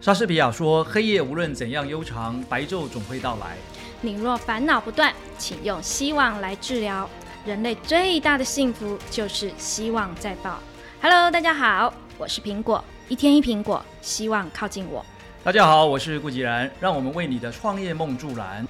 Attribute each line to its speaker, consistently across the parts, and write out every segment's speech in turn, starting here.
Speaker 1: 莎士比亚说：“黑夜无论怎样悠长，白昼总会到来。
Speaker 2: 你若烦恼不断，请用希望来治疗。人类最大的幸福就是希望在爆。Hello，大家好，我是苹果，一天一苹果，希望靠近我。”
Speaker 1: 大家好，我是顾吉然，让我们为你的创业梦助燃。
Speaker 3: 嗯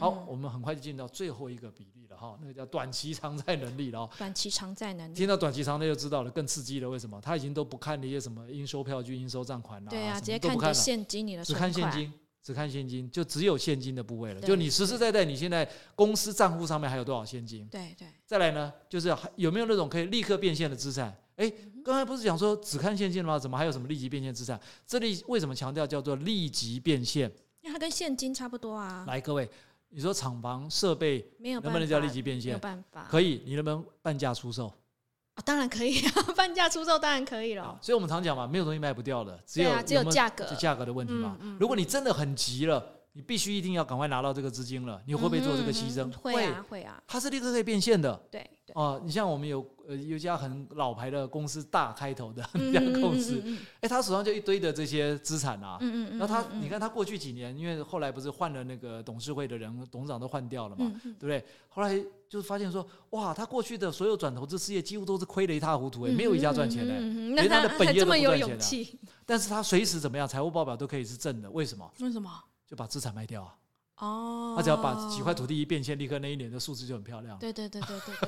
Speaker 1: 哦好，我们很快就进到最后一个比例了哈，那个叫短期偿债能力了哈。
Speaker 3: 短期偿债能力。
Speaker 1: 听到短期偿债就知道了，更刺激了。为什么？他已经都不看那些什么应收票据、应收账款啦、
Speaker 3: 对
Speaker 1: 啊，
Speaker 3: 啊，
Speaker 1: 什
Speaker 3: 直
Speaker 1: 么
Speaker 3: 接
Speaker 1: 都
Speaker 3: 看
Speaker 1: 不
Speaker 3: 你
Speaker 1: 看
Speaker 3: 的
Speaker 1: 了，
Speaker 3: 现金，你的
Speaker 1: 只
Speaker 3: 存
Speaker 1: 看
Speaker 3: 款。
Speaker 1: 现金，只看现金，就只有现金的部位了。
Speaker 3: 对
Speaker 1: 就你实实在在，你现在公司账户上面还有多少现金？
Speaker 3: 对对，
Speaker 1: 再来呢，就是还有没有那种可以立刻变现的资产？哎，
Speaker 3: 嗯
Speaker 1: 刚才不是讲说只看现金了吗？怎么还有什么立即变现资产？这里为什么强调叫做立即变现？
Speaker 3: 因为它跟现金差不多啊，
Speaker 1: 来，各位，你说厂房设备
Speaker 3: 没有
Speaker 1: 能
Speaker 3: 办
Speaker 1: 不
Speaker 3: 法，
Speaker 1: 能叫立即变
Speaker 3: 没有
Speaker 1: 现？
Speaker 3: 办法。
Speaker 1: 可以，你能不能半价出售？
Speaker 3: 啊，当然可以啊，半价出售当然可以
Speaker 1: 啊
Speaker 3: 了。
Speaker 1: 所以我们常讲嘛，没有东西卖不掉的，只
Speaker 3: 对
Speaker 1: 有
Speaker 3: 啊，只有
Speaker 1: 没
Speaker 3: 价格
Speaker 1: 就。价格的问题嘛。
Speaker 3: 嗯嗯
Speaker 1: 如果你真的很急了，你必须一定要赶快拿到这个资金了，你
Speaker 3: 你
Speaker 1: 会不会做这个牺牲？
Speaker 3: 会啊，会啊，
Speaker 1: 它是立刻可以变现的。
Speaker 3: 对对。
Speaker 1: 哦，你像我们有呃有一家很老牌的公司，大开头的
Speaker 3: 嗯
Speaker 1: 一家公司，
Speaker 3: 嗯嗯
Speaker 1: 哎，他手上就一堆的这些资产啊。
Speaker 3: 嗯嗯。
Speaker 1: 然后他，
Speaker 3: 嗯
Speaker 1: 你，看他过去几年，因为后来不是换了那个董事会的人，董事长都换掉了嘛，
Speaker 3: 嗯嗯
Speaker 1: 对不对？后来就是发现说，哇，他过去的所有转投资事业几乎都是亏得一塌糊涂，哎，没有一家赚钱的。
Speaker 3: 嗯嗯嗯嗯嗯
Speaker 1: 连
Speaker 3: 那
Speaker 1: 他的本
Speaker 3: 还
Speaker 1: 业都
Speaker 3: 这么
Speaker 1: 不
Speaker 3: 有
Speaker 1: 赚钱
Speaker 3: 勇
Speaker 1: 的
Speaker 3: 气，
Speaker 1: 但是他随时怎么样，财务报表都可以是正的，为什么？
Speaker 3: 为什么？
Speaker 1: 就把资产卖掉啊，
Speaker 3: 哦，
Speaker 1: 他只要把几块土地一变现，立刻那一年的数字就很漂亮。
Speaker 3: 对对对对对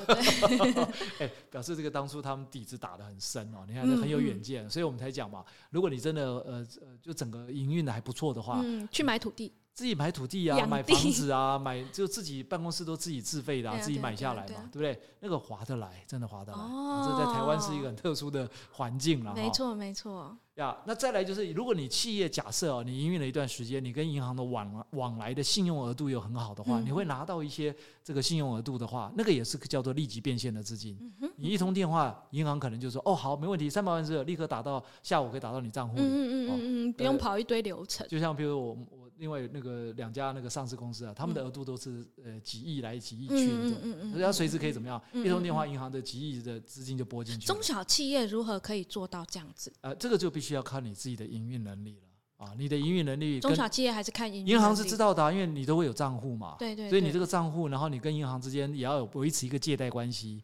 Speaker 3: 对对，
Speaker 1: 哎，表示这个当初他们底子打得很深哦，你
Speaker 3: 嗯
Speaker 1: 看很有远见，所以我们才讲嘛，如果你真的呃呃，就整个营运的还不错的话，
Speaker 3: 嗯，去买土地，
Speaker 1: 自己买土地啊，
Speaker 3: 养
Speaker 1: 买
Speaker 3: 地
Speaker 1: 房子啊， 买就自己办公室都自己自费的、
Speaker 3: 对啊
Speaker 1: 自己
Speaker 3: 对啊
Speaker 1: 买下来
Speaker 3: 对啊
Speaker 1: 嘛，对不对？那个划得来，真的划得来，啊
Speaker 3: 哦
Speaker 1: 这在台湾是一个很特殊的环境了、哦，
Speaker 3: 没错没错，
Speaker 1: 呀。那再来就是，如果你企业假设哦，你营运了一段时间，你跟银行的往往来的信用额度又很好的话，
Speaker 3: 嗯
Speaker 1: 你会拿到一些这个信用额度的话，那个也是叫做立即变现的资
Speaker 3: 嗯
Speaker 1: 金。你一通电话，银行可能就说哦好，没问题，三百万是立刻打到下午可以打到你账户
Speaker 3: 嗯
Speaker 1: 里。
Speaker 3: 嗯嗯
Speaker 1: 哦
Speaker 3: 嗯嗯，不用跑一堆流程，
Speaker 1: 就像比如我我另外有那个两家那个上市公司啊，他们的额度都是呃几亿来几亿去的这
Speaker 3: 嗯嗯嗯
Speaker 1: 种，
Speaker 3: 嗯嗯
Speaker 1: 所以它随时可以怎么样，
Speaker 3: 嗯
Speaker 1: 一通电话，银行的几亿的资金就拨进去了。
Speaker 3: 中小企业如何可以做到这样子？
Speaker 1: 呃，这个就必须要靠你自己的营运能力了啊，你的营运能力跟
Speaker 3: 中小企业还是看营运
Speaker 1: 银行
Speaker 3: 能
Speaker 1: 是
Speaker 3: 力
Speaker 1: 知道的啊、因为你都会有账户嘛，
Speaker 3: 对对，
Speaker 1: 所以你
Speaker 3: 对
Speaker 1: 这个账户，然后你跟银行之间也要有维持一个借贷关系。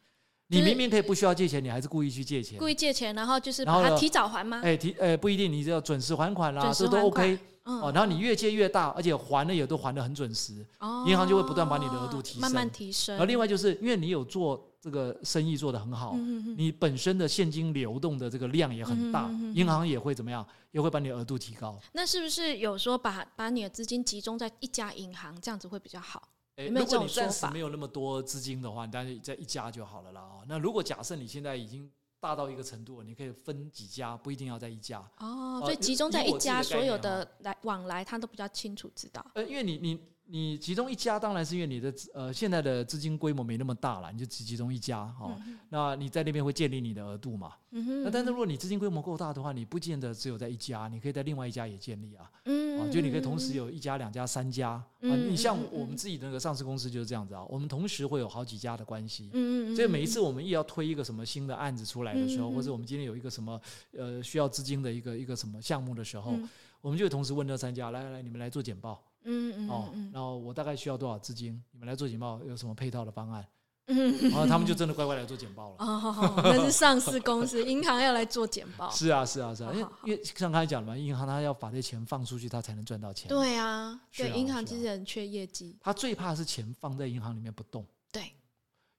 Speaker 3: 就
Speaker 1: 你
Speaker 3: 是
Speaker 1: 明明可以不需要借钱，你还是故意去借钱
Speaker 3: 故。意借钱，然后就是
Speaker 1: 然后
Speaker 3: 把它
Speaker 1: 呢
Speaker 3: 提早还吗？
Speaker 1: 哎，提哎不一定，你只要准时还款啦，
Speaker 3: 准
Speaker 1: 这
Speaker 3: 时
Speaker 1: 都
Speaker 3: 还
Speaker 1: OK
Speaker 3: 款，嗯
Speaker 1: 哦。然后你越借越大，而且还的也都还的很准时。
Speaker 3: 哦
Speaker 1: 银行就会不断把你的额度提升
Speaker 3: 慢慢提升。
Speaker 1: 然后另外就是因为你有做这个生意做得很好，
Speaker 3: 嗯，嗯嗯
Speaker 1: 你本身的现金流动的这个量也很大，
Speaker 3: 嗯哼哼哼
Speaker 1: 银行也会怎么样，也会把你的额度提高。
Speaker 3: 那是不是有说把把你的资金集中在一家银行，这样子会比较好？
Speaker 1: 诶
Speaker 3: 有没有
Speaker 1: 如果
Speaker 3: 这
Speaker 1: 你
Speaker 3: 种
Speaker 1: 暂
Speaker 3: 说
Speaker 1: 时
Speaker 3: 法
Speaker 1: 没有那么多资金的话，你当然在一家就好了啦。哦，那如果假设你现在已经大到一个程度了，你可以分几家，不一定要在一家。
Speaker 3: 哦，
Speaker 1: 呃
Speaker 3: 所以集中在
Speaker 1: 以
Speaker 3: 一
Speaker 1: 我自己的
Speaker 3: 家，
Speaker 1: 概
Speaker 3: 所
Speaker 1: 念
Speaker 3: 有
Speaker 1: 哦
Speaker 3: 的来往来，他都比较清楚知道。
Speaker 1: 呃，因为你你你其中一家，当然是因为你的资呃现在的资金规模没那么大了，你就集集中一家哦。那你在那边会建立你的额度嘛？
Speaker 3: 嗯哼，
Speaker 1: 那但是
Speaker 3: 嗯
Speaker 1: 如果你资金规模够大的话，你不见得只有在一家，你可以在另外一家也建立啊。啊，
Speaker 3: 嗯，
Speaker 1: 就你可以同时
Speaker 3: 有
Speaker 1: 有一家、两家、三家啊。
Speaker 3: 嗯
Speaker 1: 你
Speaker 3: 嗯
Speaker 1: 像
Speaker 3: 嗯
Speaker 1: 我们
Speaker 3: 嗯
Speaker 1: 自己的那个上市公司就是这样子啊，我们同时会有好几家的关系。
Speaker 3: 嗯嗯嗯，
Speaker 1: 所以每一
Speaker 3: 嗯
Speaker 1: 次我们也要推一个什么新的案子出来的时候，
Speaker 3: 嗯嗯嗯
Speaker 1: 或者我们今天有一个什么呃需要资金的一个一个什么项目的时候，
Speaker 3: 嗯
Speaker 1: 我们就会同时问这三家，来来来，你们来做简报
Speaker 3: 嗯嗯
Speaker 1: 哦
Speaker 3: 嗯，嗯
Speaker 1: 然后我大概需要多少资金，你们来做简报，有什么配套的方案，
Speaker 3: 嗯嗯
Speaker 1: 然后他们就真的乖乖来做简报了。
Speaker 3: 哦，那是上市公司，银行要来做简报。
Speaker 1: 是啊，是啊，是啊，因为
Speaker 3: 哦好好好
Speaker 1: 因为像刚才讲的嘛，银行它要把这钱放出去，它才能赚到钱。
Speaker 3: 对啊，
Speaker 1: 是
Speaker 3: 对，
Speaker 1: 啊
Speaker 3: 银行
Speaker 1: 是
Speaker 3: 其
Speaker 1: 啊
Speaker 3: 实很缺业绩。
Speaker 1: 他最怕是钱放在银行里面不动，
Speaker 3: 对，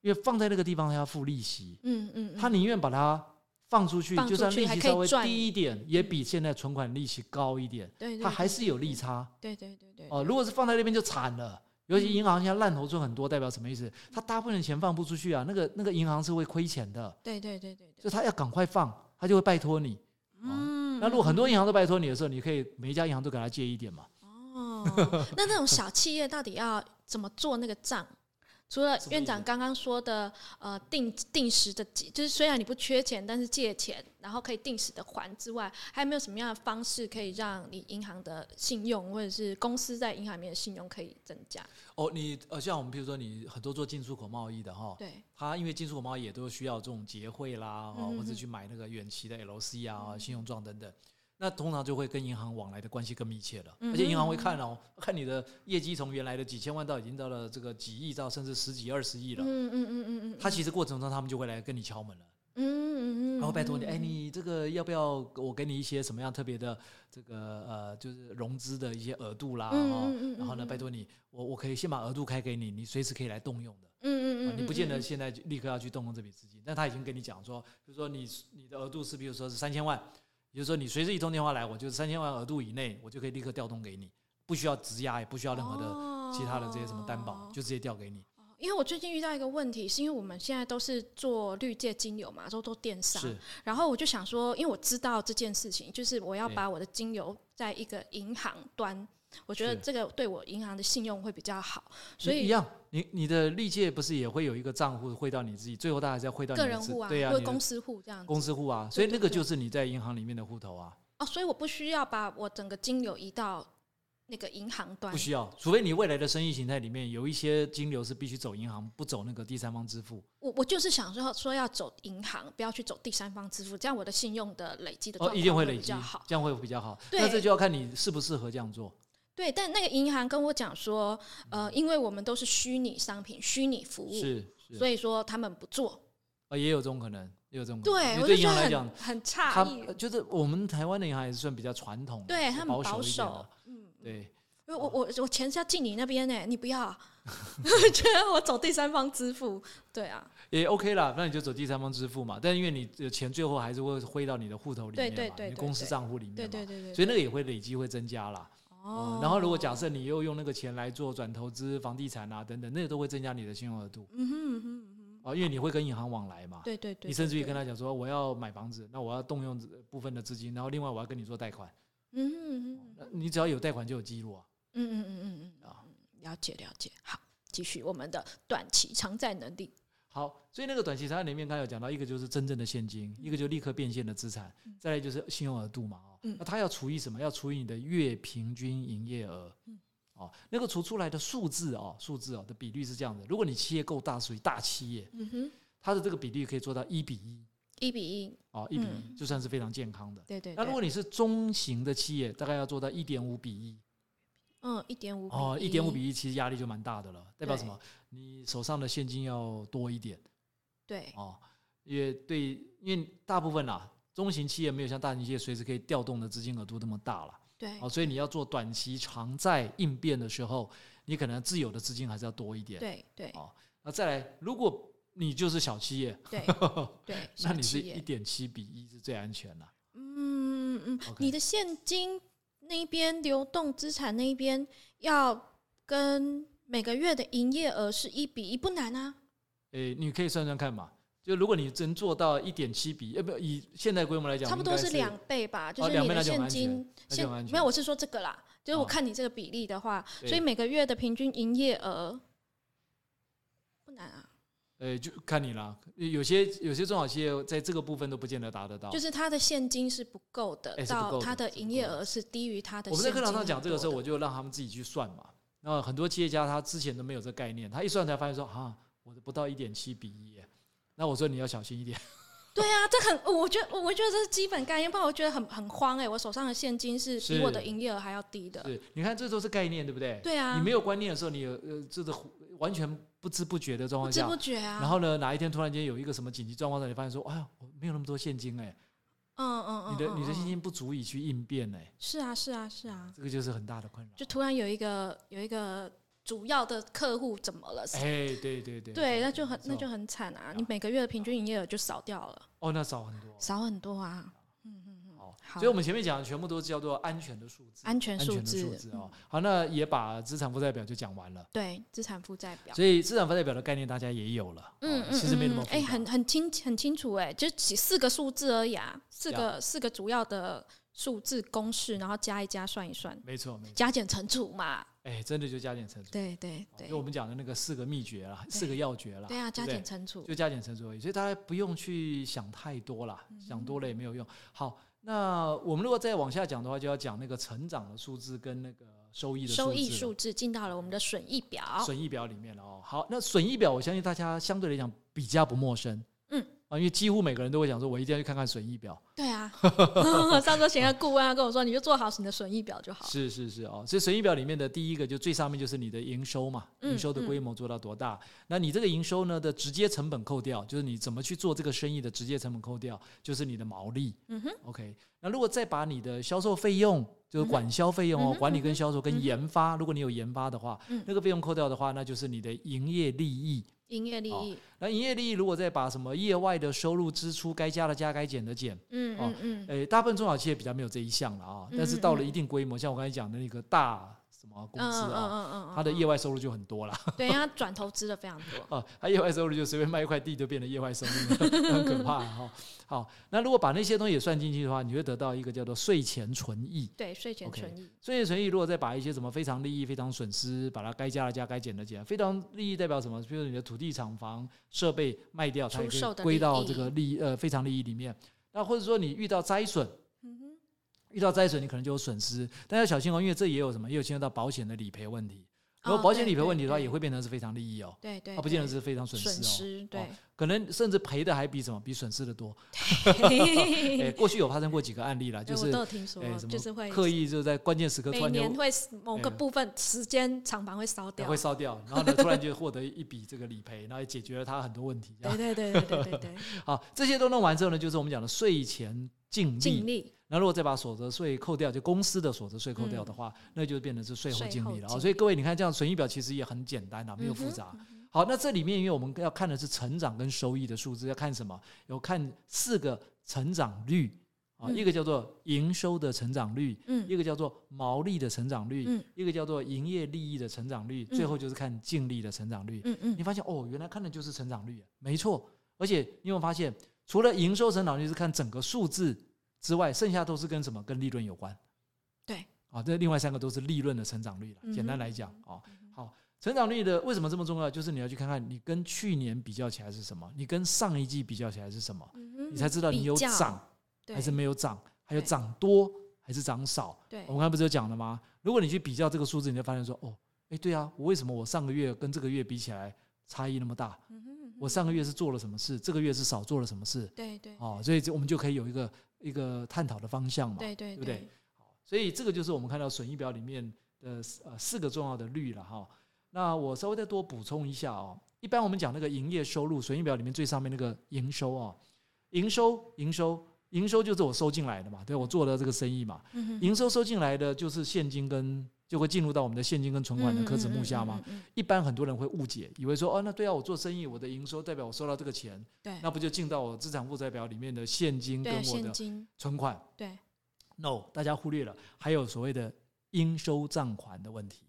Speaker 1: 因为放在那个地方他要付利息，
Speaker 3: 嗯嗯，嗯
Speaker 1: 他宁愿把它放出去，
Speaker 3: 放
Speaker 1: 就
Speaker 3: 出
Speaker 1: 算
Speaker 3: 去
Speaker 1: 利
Speaker 3: 还
Speaker 1: 息
Speaker 3: 可以
Speaker 1: 稍微
Speaker 3: 赚
Speaker 1: 低一点，也比现在存款利息高一点，
Speaker 3: 对，对
Speaker 1: 它还
Speaker 3: 对
Speaker 1: 是有利差
Speaker 3: 对对对对，
Speaker 1: 哦、如果是放在那边就惨了。尤其银行现在烂头寸很多，代表什么意
Speaker 3: 嗯
Speaker 1: 思？他大部分的钱放不出去啊，那个那个银行是会亏钱的，
Speaker 3: 对对对对对，
Speaker 1: 所以他要赶快放，他就会拜托你。哦
Speaker 3: 嗯
Speaker 1: 那如果很多银行都拜托你的时候，你可以每一家银行都给他借一点嘛。
Speaker 3: 哦，那那种小企业到底要怎么做那个账？除了
Speaker 1: 什么
Speaker 3: 院
Speaker 1: 意
Speaker 3: 长
Speaker 1: 思
Speaker 3: 刚刚说的，呃，定定时的借，就是虽然你不缺钱，但是借钱，然后可以定时的还之外，还有没有什么样的方式可以让你银行的信用，或者是公司在银行里面的信用可以增加？
Speaker 1: 哦，你呃，像我们比如说你很多做进出口贸易的哈，
Speaker 3: 对，
Speaker 1: 它因为进出口贸易也都需要这种结汇啦，哦，
Speaker 3: 嗯嗯
Speaker 1: 或者
Speaker 3: 嗯
Speaker 1: 去买那个远期的 LC 啊、信用状等等，那通常就会跟银行往来的关系更密切了，
Speaker 3: 嗯
Speaker 1: 而且银行会看哦，看你的业绩从原来的几千万到已经到了这个几亿到甚至十几二十亿了，
Speaker 3: 嗯嗯嗯嗯嗯，
Speaker 1: 它其实过程中他们就会来跟你敲门了。
Speaker 3: 嗯嗯嗯，
Speaker 1: 然后拜托你，哎，
Speaker 3: 嗯
Speaker 1: 你这个要不要我给你一些什么样特别的这个呃，就是融资的一些额度啦，
Speaker 3: 嗯
Speaker 1: 哦
Speaker 3: 嗯嗯
Speaker 1: 然后呢，
Speaker 3: 嗯
Speaker 1: 拜托你，我我可以先把额度开给你，你随时可以来动用的。啊
Speaker 3: 嗯嗯嗯，
Speaker 1: 你不见得
Speaker 3: 嗯
Speaker 1: 现在就立刻要去动用这笔资金，但他已经跟你讲说，比如说你你的额度是，比如说是三千万，也就是说你随时一通电话来，我就是三千万额度以内，我就可以立刻调动给你，不需要质押，也不需要任何的其他的这些什么担保，
Speaker 3: 哦
Speaker 1: 就直接调给你。
Speaker 3: 因为我最近遇到一个问题，是因为我们现在都是做绿界精油嘛，都做电商，
Speaker 1: 是，
Speaker 3: 然后我就想说，因为我知道这件事情，就是我要
Speaker 1: 对
Speaker 3: 把我的精油在一个银行端，我觉得
Speaker 1: 是
Speaker 3: 这个对我银行的信用会比较好，
Speaker 1: 所
Speaker 3: 所
Speaker 1: 以一
Speaker 3: 以
Speaker 1: 样，你你的历届不是也会有一个账户汇到你自己，最后大家再汇到你
Speaker 3: 个
Speaker 1: 的
Speaker 3: 人
Speaker 1: 自
Speaker 3: 户啊，
Speaker 1: 对呀、
Speaker 3: 或
Speaker 1: 你
Speaker 3: 者
Speaker 1: 的
Speaker 3: 公司户这样子
Speaker 1: 公司户啊，
Speaker 3: 对
Speaker 1: 所以那
Speaker 3: 对
Speaker 1: 个
Speaker 3: 对
Speaker 1: 就是你在银行里面的户头啊，
Speaker 3: 哦，所以我不需要把我整个精油移到那个银行端
Speaker 1: 不，需要，除非你未来的生意形态里面有一些金流是必须走银行，不走那个第三方支付。
Speaker 3: 我我就是想说说要走银行，不要去走第三方支付，这样我的信用的累积的状
Speaker 1: 哦，
Speaker 3: 况
Speaker 1: 一定会累
Speaker 3: 比
Speaker 1: 积
Speaker 3: 较好，。
Speaker 1: 这样会比较好。
Speaker 3: 对
Speaker 1: 那这就要看你适不适合这样做。
Speaker 3: 对，但那个银行跟我讲说，呃，因为我们都是虚拟商品、虚拟服务，
Speaker 1: 是是，
Speaker 3: 所以说他们不做。
Speaker 1: 啊，也有这种可能，也有这种可能。
Speaker 3: 对，
Speaker 1: 嗯因
Speaker 3: 我
Speaker 1: 为
Speaker 3: 就
Speaker 1: 对
Speaker 3: 觉
Speaker 1: 银行来
Speaker 3: 得很
Speaker 1: 讲，
Speaker 3: 很
Speaker 1: 它
Speaker 3: 诧异
Speaker 1: 呃。就是我们台湾的银行还是算比较传统的，
Speaker 3: 对他们
Speaker 1: 保守
Speaker 3: 保
Speaker 1: 一点
Speaker 3: 守
Speaker 1: 的，
Speaker 3: 嗯，
Speaker 1: 对，
Speaker 3: 因为我我我钱是要进你那边呢，你不 要，我觉得我走第三方支付，对啊，
Speaker 1: 也 OK 啦。那你就走第三方支付嘛，但因为你的钱最后还是会汇到你的户头里
Speaker 3: 对
Speaker 1: 面
Speaker 3: 对
Speaker 1: 嘛，
Speaker 3: 对
Speaker 1: 你的
Speaker 3: 对
Speaker 1: 公司
Speaker 3: 对
Speaker 1: 账户里面嘛，
Speaker 3: 对对对对，
Speaker 1: 所以
Speaker 3: 以
Speaker 1: 那个也会累积会增加啦。
Speaker 3: 哦
Speaker 1: 嗯，然后如果假设你又用那个钱来做转投资、房地产啊等等，那个都会增加你的信用额度
Speaker 3: 嗯哼嗯哼嗯哼，
Speaker 1: 啊，因为你会跟银行往来嘛。
Speaker 3: 对对对，
Speaker 1: 你甚至于跟
Speaker 3: 他，
Speaker 1: 他讲说，我要买房子，那我要动用这部分的资金，然后另外我要跟你做贷款。
Speaker 3: 嗯哼嗯哼
Speaker 1: 那你只要有贷款就有记录啊。
Speaker 3: 嗯嗯嗯嗯嗯
Speaker 1: 啊
Speaker 3: 嗯，了解了解，好，继续我们的短期偿债能力，
Speaker 1: 好，所以那个短期偿债里面，刚才有讲到，一个就是真正的现金，一个就立刻变现的资产，再来就是信用额度嘛，哦，
Speaker 3: 嗯
Speaker 1: 那它要除以什么？要除以你的月平均营业额，
Speaker 3: 嗯
Speaker 1: 哦，那个除出来的数字哦，数字哦的比率是这样的，如果你企业够大，属于大企业，
Speaker 3: 嗯哼，
Speaker 1: 它的这个比率可以做到一比一，
Speaker 3: 一比一，
Speaker 1: 哦，一比一
Speaker 3: 嗯
Speaker 1: 就算是非常健康的。
Speaker 3: 对对，
Speaker 1: 那如
Speaker 3: 对
Speaker 1: 果你是中型的企业，大概要做到一点五比一，
Speaker 3: 嗯一点五
Speaker 1: 哦，一点五比一其实压力就蛮大的了，代表什
Speaker 3: 对
Speaker 1: 么？你手上的现金要多一点
Speaker 3: 对，
Speaker 1: 哦，因为对，因为大部分啦、啊中型企业没有像大型企业随时可以调动的资金额度那么大了，
Speaker 3: 对
Speaker 1: 哦，所以你要做短期偿债应变的时候，你可能自有的资金还是要多一点。
Speaker 3: 对对
Speaker 1: 哦那再来，如果你就是小企业，
Speaker 3: 对
Speaker 1: 那
Speaker 3: 对，小
Speaker 1: 你是
Speaker 3: 企业
Speaker 1: 一点七比一是最安全的。
Speaker 3: 嗯嗯，嗯
Speaker 1: OK
Speaker 3: 你的现金那边流动资产那边要跟每个月的营业额是一比一，不难啊。
Speaker 1: 诶，你可以算算看嘛。就如果你真做到一点七比，呃，不以现在规模来讲，
Speaker 3: 差不
Speaker 1: 应
Speaker 3: 多
Speaker 1: 该
Speaker 3: 是两倍吧，就
Speaker 1: 哦
Speaker 3: 是
Speaker 1: 两
Speaker 3: 你
Speaker 1: 倍那
Speaker 3: 的
Speaker 1: 就很
Speaker 3: 现
Speaker 1: 安
Speaker 3: 金
Speaker 1: 那就
Speaker 3: 现
Speaker 1: 很安全
Speaker 3: 没有，我是说这个啦，就是我
Speaker 1: 哦
Speaker 3: 看你这个比例的话，
Speaker 1: 对
Speaker 3: 所以每个月的平均营业额不难啊，
Speaker 1: 呃，就看你啦。有些有些中小企业在这个部分都不见得达得到。
Speaker 3: 就是他的现金是不够
Speaker 1: 哎
Speaker 3: 的，
Speaker 1: 是不够
Speaker 3: 到
Speaker 1: 的
Speaker 3: 他的
Speaker 1: 是不
Speaker 3: 营业
Speaker 1: 够的
Speaker 3: 额是低于他的。
Speaker 1: 我们在课堂上讲这
Speaker 3: 这
Speaker 1: 个时候，我就让他们自己去算嘛。那很多企业家他之前都没有这个概念，他一算才发现说啊，我的不到一点七比一耶。那我说你要小心一点，
Speaker 3: 对啊，这很，我觉得，我觉得这是基本概念，不然我觉得很很慌哎、我手上的现金是比
Speaker 1: 是
Speaker 3: 我的营业额还要低的。
Speaker 1: 是你看这都是概念，对不对？、
Speaker 3: 对啊，
Speaker 1: 你没有观念的时候，你有呃，这个完全不知不觉的状
Speaker 3: 不
Speaker 1: 况
Speaker 3: 知
Speaker 1: 下，
Speaker 3: 不觉啊。
Speaker 1: 然，后呢，哪一天突然间有一个什么紧急状况，让你发现说，哎呀，我没有那么多现金哎、
Speaker 3: 嗯嗯嗯，
Speaker 1: 你的
Speaker 3: 嗯
Speaker 1: 你的信
Speaker 3: 嗯
Speaker 1: 心不足以去应变哎、
Speaker 3: 是啊是啊是啊，
Speaker 1: 这个就是很大的困
Speaker 3: 就
Speaker 1: 扰。
Speaker 3: 突然有一个有一个主要的客户怎么了？
Speaker 1: 哎，对对对，
Speaker 3: 对，那就很
Speaker 1: 没错
Speaker 3: 那就很惨啊！你每个月的平均营业额就少掉了，
Speaker 1: 哦，那少很多。
Speaker 3: 少很多啊。
Speaker 1: 好，
Speaker 3: 好
Speaker 1: 所以我们前面讲的全部都叫做安全的数字，
Speaker 3: 安全
Speaker 1: 安全
Speaker 3: 数
Speaker 1: 的
Speaker 3: 字嗯
Speaker 1: 数，字哦。好，那也把资产负债表就讲完了，
Speaker 3: 对，资产负债表。
Speaker 1: 所以资产负债表的概念大家也有了，哦其实没那么复杂
Speaker 3: 哎，很很清很清楚哎、就几四个数字而已啊，四
Speaker 1: 这
Speaker 3: 个四个主要的数字公式，然后加一加算一算，
Speaker 1: 没错没错，
Speaker 3: 加减乘除嘛，
Speaker 1: 哎，真的就加减乘除，
Speaker 3: 对对
Speaker 1: 哦
Speaker 3: 对
Speaker 1: 就，我们讲的那个四个秘诀啦，
Speaker 3: 对
Speaker 1: 四个要诀啦，
Speaker 3: 对啊，加
Speaker 1: 不对
Speaker 3: 减乘除，
Speaker 1: 就加减乘除而已，所以大家不用去想太多啦，
Speaker 3: 嗯
Speaker 1: 想多了也没有用。好，那我们如果再往下讲的话，就要讲那个成长的数字跟那个收益的
Speaker 3: 收益
Speaker 1: 益
Speaker 3: 数字进到了我们的损益表。
Speaker 1: 损益表里面了哦。好，那损益表我相信大家相对来讲比较不陌生，
Speaker 3: 嗯
Speaker 1: 啊，因为几乎每个人都会讲说，我一定要去看看损益表。
Speaker 3: 对啊， 上周前个顾问他跟我说，你就做好你的损益表就好。
Speaker 1: 是是是哦，所以损益表里面的第一个就最上面就是你的营收嘛，
Speaker 3: 嗯
Speaker 1: 营收的规模做到多大？那你这个营收呢的直接成本扣掉，就是你怎么去做这个生意的直接成本扣掉，就是你的毛利。
Speaker 3: 嗯哼
Speaker 1: ，OK。那如果再把你的销售费用，就是管销费用
Speaker 3: 嗯
Speaker 1: 哦，
Speaker 3: 哼
Speaker 1: 管理跟销售
Speaker 3: 嗯
Speaker 1: 跟
Speaker 3: 哼
Speaker 1: 研发，如果你有研发的话，
Speaker 3: 嗯
Speaker 1: 那个费用扣掉的话，那就是你的营业利益。
Speaker 3: 营业利益，
Speaker 1: 那营业利益如果再把什么业外的收入、支出该加的加、该减的减，
Speaker 3: 嗯
Speaker 1: 哦
Speaker 3: 嗯嗯，
Speaker 1: 诶，大部分中小企业比较没有这一项了啊，但是到了
Speaker 3: 嗯嗯
Speaker 1: 一定规模，像我刚才讲的那个大什么公司啊，
Speaker 3: 嗯嗯
Speaker 1: 它的业外收入就很多了
Speaker 3: 对，因为他转投资的非常多。
Speaker 1: 啊，它业外收入就随便卖一块地就变成业外收入了，很可怕啊哈、好，那如果把那些东西也算进去的话，你会得到一个叫做税前存益。
Speaker 3: 对，税前
Speaker 1: OK
Speaker 3: 存益，
Speaker 1: 税前存益如果再把一些什么非常利益、非常损失，把它该加的加、该减的减，非常利益代表什么？比如你的土地、厂房、设备卖掉，它也可
Speaker 3: 出售的
Speaker 1: 以归到
Speaker 3: 利益
Speaker 1: 这个利益呃非常利益里面。那或者说你遇到灾损，遇到灾损你可能就有损失，但要小心哦，因为这也有什么，也有牵涉到保险的理赔问题。如果
Speaker 3: 哦
Speaker 1: 保险
Speaker 3: 对
Speaker 1: 理赔
Speaker 3: 对
Speaker 1: 问题的话，
Speaker 3: 对
Speaker 1: 也会变成是非常利益哦，
Speaker 3: 对对，
Speaker 1: 它不见得
Speaker 3: 对
Speaker 1: 是非常损
Speaker 3: 损
Speaker 1: 失哦，
Speaker 3: 失，对，
Speaker 1: 可能甚至赔的还比什么比损失的 多。 哎，过去有发生过几个案例啦，就
Speaker 3: 对我
Speaker 1: 是
Speaker 3: 都有听说
Speaker 1: 哎，什
Speaker 3: 就是
Speaker 1: 么
Speaker 3: 会
Speaker 1: 刻意就在关键时刻突
Speaker 3: 每
Speaker 1: 然就
Speaker 3: 年会某个
Speaker 1: 哎
Speaker 3: 部分时间厂房会烧掉
Speaker 1: 会。烧掉，然后 呢，突然就获得一笔这个理赔，然后也解决了他很多问题。这
Speaker 3: 对
Speaker 1: 样
Speaker 3: 对对对对对 对，
Speaker 1: 好，这些都弄完之后呢，就是我们讲的税前净
Speaker 3: 净
Speaker 1: 利。
Speaker 3: 利，
Speaker 1: 那如果再把所得税扣掉，就公司的所得税扣掉的话，那就变成是嗯税后净利
Speaker 3: 税后
Speaker 1: 了。
Speaker 3: 净
Speaker 1: 哦
Speaker 3: 利
Speaker 1: 所以各位，你看这样损益表其实也很简单啊，没有复杂。好，那这里面因为我们要看的是成长跟收益的数字，要看什么？有看四个成长率啊，
Speaker 3: 嗯
Speaker 1: 一个叫做营收的成长率，
Speaker 3: 嗯
Speaker 1: 一个叫做毛利的成长率，
Speaker 3: 嗯
Speaker 1: 一个叫做营业利益的成长率，
Speaker 3: 嗯
Speaker 1: 最后就是看净利的成长率。
Speaker 3: 嗯嗯
Speaker 1: 你发现哦，原来看的就是成长率，啊没错。而且你有没有发现，除了营收成长率是看整个数字之外，剩下都是跟什么？跟利润有关。
Speaker 3: 对，嗯
Speaker 1: 啊，这另外三个都是利润的成长率了。简单来讲啊、哦，好，成长率的为什么这么重要？就是你要去看看你跟去年比较起来是什么，你跟上一季比较起来是什么，
Speaker 3: 嗯哼，
Speaker 1: 你才知道你有
Speaker 3: 比较
Speaker 1: 涨
Speaker 3: 对
Speaker 1: 还是没有涨，还有
Speaker 3: 对
Speaker 1: 涨多还是涨少。
Speaker 3: 对
Speaker 1: 我，们刚才不是有讲了吗？如果你去比较这个数字，你就发现说，哦，诶，对啊，我为什么我上个月跟这个月比起来差异那么大？
Speaker 3: 嗯哼嗯哼
Speaker 1: 我上个月是做了什么事，这个月是少做了什么事？
Speaker 3: 对对
Speaker 1: 哦，所以这我们就可以有一个一个探讨的方向嘛。
Speaker 3: 对对
Speaker 1: 对不对？所以这个就是我们看到损益表里面的呃四个重要的率了哈。那我稍微再多补充一下哦。一般我们讲那个营业收入，损益表里面最上面那个营收啊、营收、营收、营收就是我收进来的嘛，对我做的这个生意嘛，
Speaker 3: 嗯哼
Speaker 1: 营收收进来的就是现金跟就会进入到我们的现金跟存款的可指目下嘛。？
Speaker 3: 嗯嗯嗯嗯嗯嗯
Speaker 1: 一般很多人会误解，以为说哦，那对啊，我做生意，我的营收代表我收到这个钱，
Speaker 3: 对
Speaker 1: 那不就进到我资产负债表里面的现金跟
Speaker 3: 对啊
Speaker 1: 我
Speaker 3: 现
Speaker 1: 的
Speaker 3: 金，
Speaker 1: 存款？
Speaker 3: 对
Speaker 1: No，大家忽略了，还有所谓的应收账款的问题。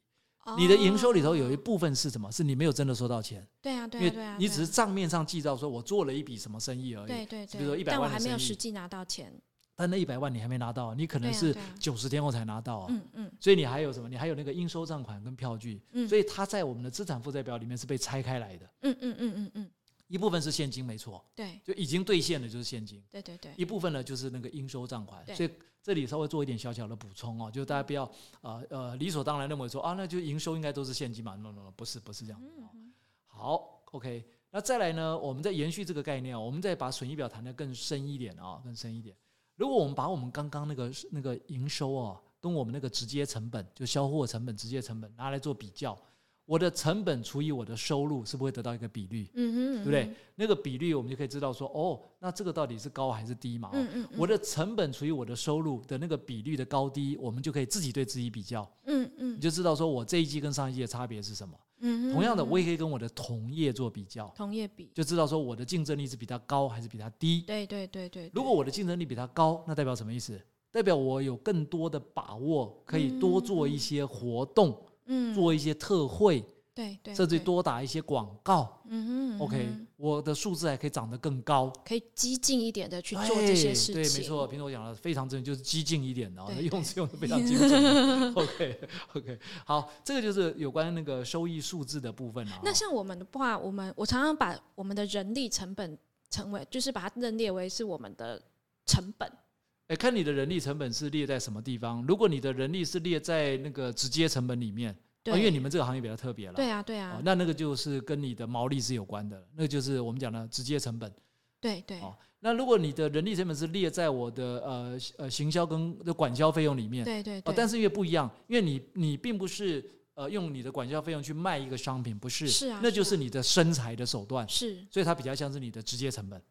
Speaker 1: 你的营收里头有一
Speaker 3: 哦
Speaker 1: 部分是什么？是你没有真的收到钱，
Speaker 3: 对啊对
Speaker 1: 因
Speaker 3: 啊对
Speaker 1: 为
Speaker 3: 啊，嗯
Speaker 1: 你
Speaker 3: 对
Speaker 1: 只是
Speaker 3: 啊
Speaker 1: 账面上记到说我做了一笔什么生意而已，
Speaker 3: 对对
Speaker 1: 比如说
Speaker 3: 对，
Speaker 1: 100
Speaker 3: 但我
Speaker 1: 万的
Speaker 3: 还没有
Speaker 1: 生意
Speaker 3: 实际拿到钱，
Speaker 1: 但那一百万你还没拿到，你可能
Speaker 3: 对啊
Speaker 1: 是
Speaker 3: 对啊
Speaker 1: 九十天后才拿到啊、
Speaker 3: 嗯嗯
Speaker 1: 所以你还有什么？你还有那个应收账款跟票据，
Speaker 3: 嗯，
Speaker 1: 所
Speaker 3: 以
Speaker 1: 以它在我们的资产负债表里面是被拆开来的，
Speaker 3: 嗯嗯嗯嗯嗯，
Speaker 1: 一部分是现金，没错，
Speaker 3: 对
Speaker 1: 就已经兑现的就是现金。
Speaker 3: 对对对，
Speaker 1: 一部分呢就是那个应收账款，
Speaker 3: 对
Speaker 1: 所以这里稍微做一点小小的补充哦，就大家不要呃呃理所当然认为说啊，那就营收应该都是现金嘛，no no no，不是不是这样
Speaker 3: 嗯
Speaker 1: 子哦。好，OK，那再来呢，我们再延续这个概念哦，我们再把损益表谈得更深一点啊、更深一点。如果我们把我们刚刚那个那个营收哦，跟我们那个直接成本，就销货成本、直接成本拿来做比较，我的成本除以我的收入，是不是会得到一个比率？
Speaker 3: 嗯
Speaker 1: 哦对
Speaker 3: 哼，
Speaker 1: 不对？那个比率我们就可以知道说，哦，那这个到底是高还是低嘛？哦
Speaker 3: 嗯？嗯嗯，
Speaker 1: 我的成本除以我的收入的那个比率的高低，我们就可以自己对自己比较，
Speaker 3: 嗯
Speaker 1: 你
Speaker 3: 嗯
Speaker 1: 就知道说我这一季跟上一季的差别是什么。
Speaker 3: 嗯，
Speaker 1: 同样的，
Speaker 3: 嗯
Speaker 1: 我也可以跟我的同业做比较，
Speaker 3: 同业比，
Speaker 1: 就知道说我的竞争力是比他高还是比他低。
Speaker 3: 对对对对，
Speaker 1: 如
Speaker 3: 对
Speaker 1: 果我的竞争力比他高，那代表什么意思？代表我有更多的把握，可以多做一些活动，
Speaker 3: 嗯
Speaker 1: 做一些特惠，
Speaker 3: 对对，
Speaker 1: 甚至
Speaker 3: 对，
Speaker 1: 多打一些广告。
Speaker 3: 嗯哼嗯
Speaker 1: OK，
Speaker 3: 哼
Speaker 1: 我的数字还可以涨得更高。哎
Speaker 3: 可以激进一点的去做这些事情，
Speaker 1: 对，对，没错，平时我讲的非常正，就是激进一点的，哦
Speaker 3: 对，对
Speaker 1: 用词用的非常精准。OK，OK，好，这个就是有关那个收益数字的部分了。
Speaker 3: 那
Speaker 1: 哦
Speaker 3: 像我们的话，我们我常常把我们的人力成本成为，就是把它认列为是我们的成本。
Speaker 1: 哎，看你的人力成本是列在什么地方。如果你的人力是列在那个直接成本里面，
Speaker 3: 对，
Speaker 1: 哦因为你们这个行业比较特别了，
Speaker 3: 对啊，对
Speaker 1: 哦
Speaker 3: 啊，，
Speaker 1: 那那个就是跟你的毛利是有关的，那就是我们讲的直接成本。
Speaker 3: 对对
Speaker 1: 哦那如果你的人力成本是列在我的呃呃行销跟的管销费用里面，
Speaker 3: 对对
Speaker 1: 哦
Speaker 3: 对，，
Speaker 1: 但是因为不一样，因为你你并不是呃用你的管销费用去卖一个商品，不是，
Speaker 3: 是啊
Speaker 1: 那就是是你的生财的手段，
Speaker 3: 是
Speaker 1: 所以它比较像是你的直接成本，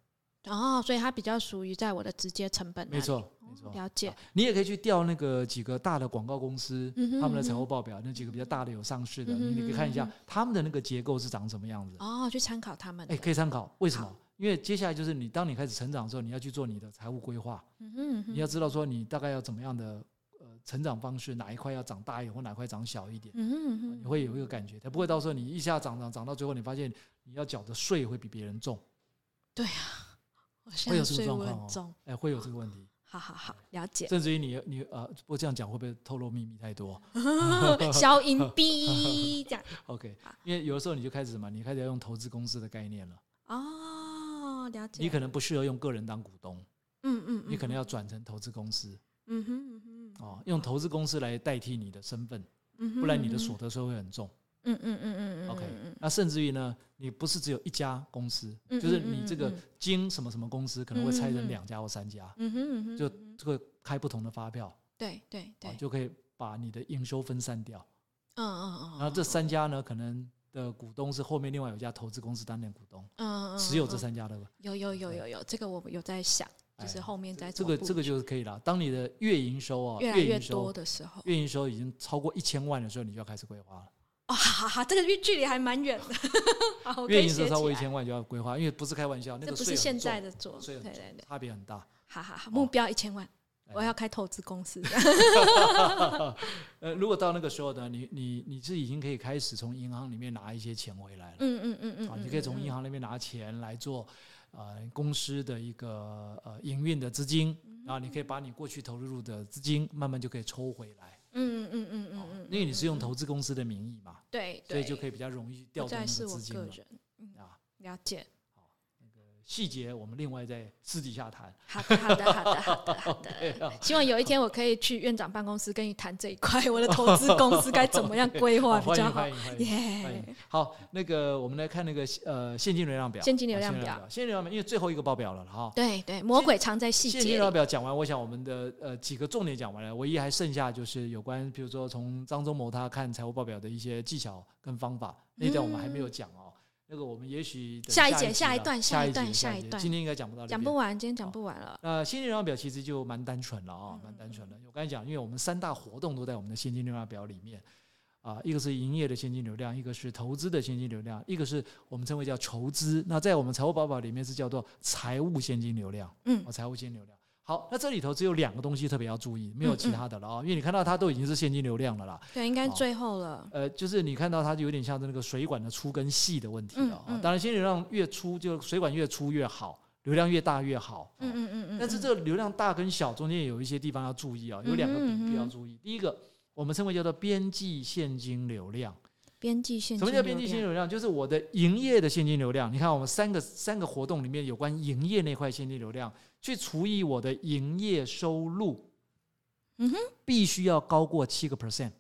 Speaker 3: 哦，所以它比较属于在我的直接成本。
Speaker 1: 没，错，没错。
Speaker 3: 哦了解
Speaker 1: 啊。你也可以去调那个几个大的广告公司，
Speaker 3: 嗯哼
Speaker 1: 他们的财
Speaker 3: 嗯
Speaker 1: 务
Speaker 3: 哼
Speaker 1: 报表，那几个比较大的有上市的，
Speaker 3: 嗯哼
Speaker 1: 你你可以看一
Speaker 3: 嗯
Speaker 1: 下
Speaker 3: 哼
Speaker 1: 他们的那个结构是长什么样子，
Speaker 3: 哦，去参考他们的。
Speaker 1: 哎，可以参考。为什么
Speaker 3: 好？
Speaker 1: 因为接下来就是你，当你开始成长的时候，你要去做你的财务规划，
Speaker 3: 嗯哼嗯哼
Speaker 1: 你要知道说你大概要怎么样的呃成长方式，哪一块要长大一点，或哪块长小一点，
Speaker 3: 嗯哼嗯
Speaker 1: 你
Speaker 3: 哼，
Speaker 1: 会有一个感觉，它不会到时候你一下涨涨涨到最后，你发现你要缴的税会比别人重，
Speaker 3: 我现
Speaker 1: 会
Speaker 3: 在
Speaker 1: 有这个
Speaker 3: 税
Speaker 1: 状
Speaker 3: 我
Speaker 1: 况
Speaker 3: 很
Speaker 1: 哦
Speaker 3: 重，
Speaker 1: 哎，会有这个问题，
Speaker 3: 好好好，了 解。
Speaker 1: 甚至于你你呃，不过这样讲会不会透露秘密太多？
Speaker 3: 消 音 B 这样
Speaker 1: OK，
Speaker 3: 好
Speaker 1: 因为有的时候你就开始什么，你开始要用投资公司的概念了。
Speaker 3: 哦，了解。
Speaker 1: 你可能不适合用个人当股东，
Speaker 3: 嗯嗯，
Speaker 1: 你可能
Speaker 3: 嗯
Speaker 1: 要转成投资公司
Speaker 3: 嗯哼嗯哼
Speaker 1: 哦，用投资公司来代替你的身份，
Speaker 3: 嗯哼，
Speaker 1: 不然你的
Speaker 3: 嗯
Speaker 1: 所
Speaker 3: 哼
Speaker 1: 得税会很重。
Speaker 3: 嗯嗯嗯嗯嗯
Speaker 1: OK，
Speaker 3: 嗯嗯
Speaker 1: 那甚至于呢，你不是只有一家公司，
Speaker 3: 嗯
Speaker 1: 就是
Speaker 3: 嗯嗯
Speaker 1: 你这个
Speaker 3: 嗯嗯
Speaker 1: 经什么什么公司可能会拆
Speaker 3: 嗯嗯嗯
Speaker 1: 成两家或三家，
Speaker 3: 嗯哼嗯哼，
Speaker 1: 就
Speaker 3: 嗯哼
Speaker 1: 这个开不同的发票，
Speaker 3: 对对对
Speaker 1: 啊，，就可以把你的营收分散掉。
Speaker 3: 嗯嗯嗯，
Speaker 1: 然后这三家呢，可能的股东是后面另外有一家投资公司担任股东，
Speaker 3: 嗯嗯嗯
Speaker 1: 持有这
Speaker 3: 嗯
Speaker 1: 三家的吧。
Speaker 3: 有有有
Speaker 1: 对
Speaker 3: 有有，这个我有在想，就是
Speaker 1: 哎
Speaker 3: 后面再
Speaker 1: 这
Speaker 3: 做
Speaker 1: 个
Speaker 3: 布
Speaker 1: 这个
Speaker 3: 局
Speaker 1: 就是可以了。当你的月营收啊，
Speaker 3: 越来越
Speaker 1: 营收
Speaker 3: 多的时候，
Speaker 1: 月营收已经超过一千万的时候，你就要开始规划了。
Speaker 3: 哦，好好好，这个距距离还蛮远的， 好，我可
Speaker 1: 月
Speaker 3: 以
Speaker 1: 营
Speaker 3: 写
Speaker 1: 收超
Speaker 3: 起
Speaker 1: 过一
Speaker 3: 来，
Speaker 1: 千万就要规划，因为不是开玩笑，那
Speaker 3: 这
Speaker 1: 个
Speaker 3: 不
Speaker 1: 税
Speaker 3: 是现
Speaker 1: 很重
Speaker 3: 在的做，
Speaker 1: 税
Speaker 3: 对
Speaker 1: 很
Speaker 3: 对
Speaker 1: 重
Speaker 3: 对，
Speaker 1: 差别很大。
Speaker 3: 好好好，目标一千万，
Speaker 1: 哎
Speaker 3: 我要 开投资公司，
Speaker 1: 呃，如果到那个时候呢，你你你是已经可以开始从银行里面拿一些钱回来了、
Speaker 3: 嗯嗯嗯嗯
Speaker 1: 啊，
Speaker 3: 嗯，
Speaker 1: 你可以从
Speaker 3: 嗯
Speaker 1: 银，行那边拿钱来做呃公司的一个呃营运的资金，
Speaker 3: 嗯
Speaker 1: 然后你可以把你过去投入的资金慢慢就可以抽回来，啊
Speaker 3: 嗯嗯嗯嗯嗯嗯，
Speaker 1: 因为你是用
Speaker 3: 嗯，
Speaker 1: 投资公司的名义嘛，
Speaker 3: 对，
Speaker 1: 所以就可
Speaker 3: 以
Speaker 1: 以比较容易调
Speaker 3: 不
Speaker 1: 动那个
Speaker 3: 再是我
Speaker 1: 资金
Speaker 3: 个
Speaker 1: 了
Speaker 3: 人
Speaker 1: 啊。
Speaker 3: 了解。
Speaker 1: 细节我们另外再私底下 谈。
Speaker 3: 好的，好的，好的，好的，好的。
Speaker 1: 啊
Speaker 3: 希望有一天我可以去院长办公室跟你谈这一块，我的投资公司该怎么样规
Speaker 1: 好
Speaker 3: 划比
Speaker 1: 欢
Speaker 3: 较
Speaker 1: 迎
Speaker 3: 好
Speaker 1: 欢。迎欢迎欢
Speaker 3: 耶
Speaker 1: 迎！。好，那个我们来看那个呃现金流量表，
Speaker 3: 现金流
Speaker 1: 啊
Speaker 3: 量表
Speaker 1: 现金流量表，因为最后一个报表了啦哈。
Speaker 3: 对对，魔鬼藏在细
Speaker 1: 现金
Speaker 3: 节
Speaker 1: 流量
Speaker 3: 里。
Speaker 1: 表讲完，我想我们的呃几个重点讲完了，唯一还剩下就是有关，比如说从张忠谋他看财务报表的一些技巧跟方法，那一段我们还没有讲哦。那个我们也许等
Speaker 3: 嗯下一
Speaker 1: 一
Speaker 3: 节
Speaker 1: 集
Speaker 3: 下一
Speaker 1: 了
Speaker 3: 段下
Speaker 1: 下
Speaker 3: 一
Speaker 1: 一
Speaker 3: 段
Speaker 1: 集
Speaker 3: 下
Speaker 1: 下
Speaker 3: 一
Speaker 1: 集
Speaker 3: 段
Speaker 1: 今天应该讲不到这
Speaker 3: 讲
Speaker 1: 边
Speaker 3: 不完，今天讲不完了。
Speaker 1: 那现金流量表其实就蛮单纯了啊、
Speaker 3: 嗯
Speaker 1: 蛮单纯的。我刚才讲，因为我们三大活动都在我们的现金流量表里面啊、一个是营业的现金流量，一个是投资的现金流量，一个是我们称为叫筹资。那在我们财务报表里面是叫做财务现金流量，
Speaker 3: 嗯
Speaker 1: 哦，财务现金流量。好，那这里头只有两个东西特别要注意，没有其他的了
Speaker 3: 嗯
Speaker 1: 啊、因为你看到它都已经是现金流量了啦。
Speaker 3: 对，应该
Speaker 1: 好
Speaker 3: 最后了。
Speaker 1: 呃，就是你看到它就有点像是那个水管的粗跟细的问题了啊、
Speaker 3: 嗯嗯
Speaker 1: 当然，现金流量越粗，就水管越粗越好，流量越大越好。
Speaker 3: 嗯嗯嗯嗯。
Speaker 1: 但是这个流量大跟小中间有一些地方要注意啊，有两个
Speaker 3: 嗯哼
Speaker 1: 比
Speaker 3: 嗯
Speaker 1: 例要
Speaker 3: 哼
Speaker 1: 注意。第一个，我们称为叫做边际现金流量。
Speaker 3: 边际现
Speaker 1: 什
Speaker 3: 金
Speaker 1: 么
Speaker 3: 流
Speaker 1: 叫
Speaker 3: 量，
Speaker 1: 边际现金流量？就是我的营业的现金流量。你看，我们三个三个活动里面有关营业那块现金流量，去除以我的营业收入，
Speaker 3: 嗯哼，
Speaker 1: 必须要高过七个 percent。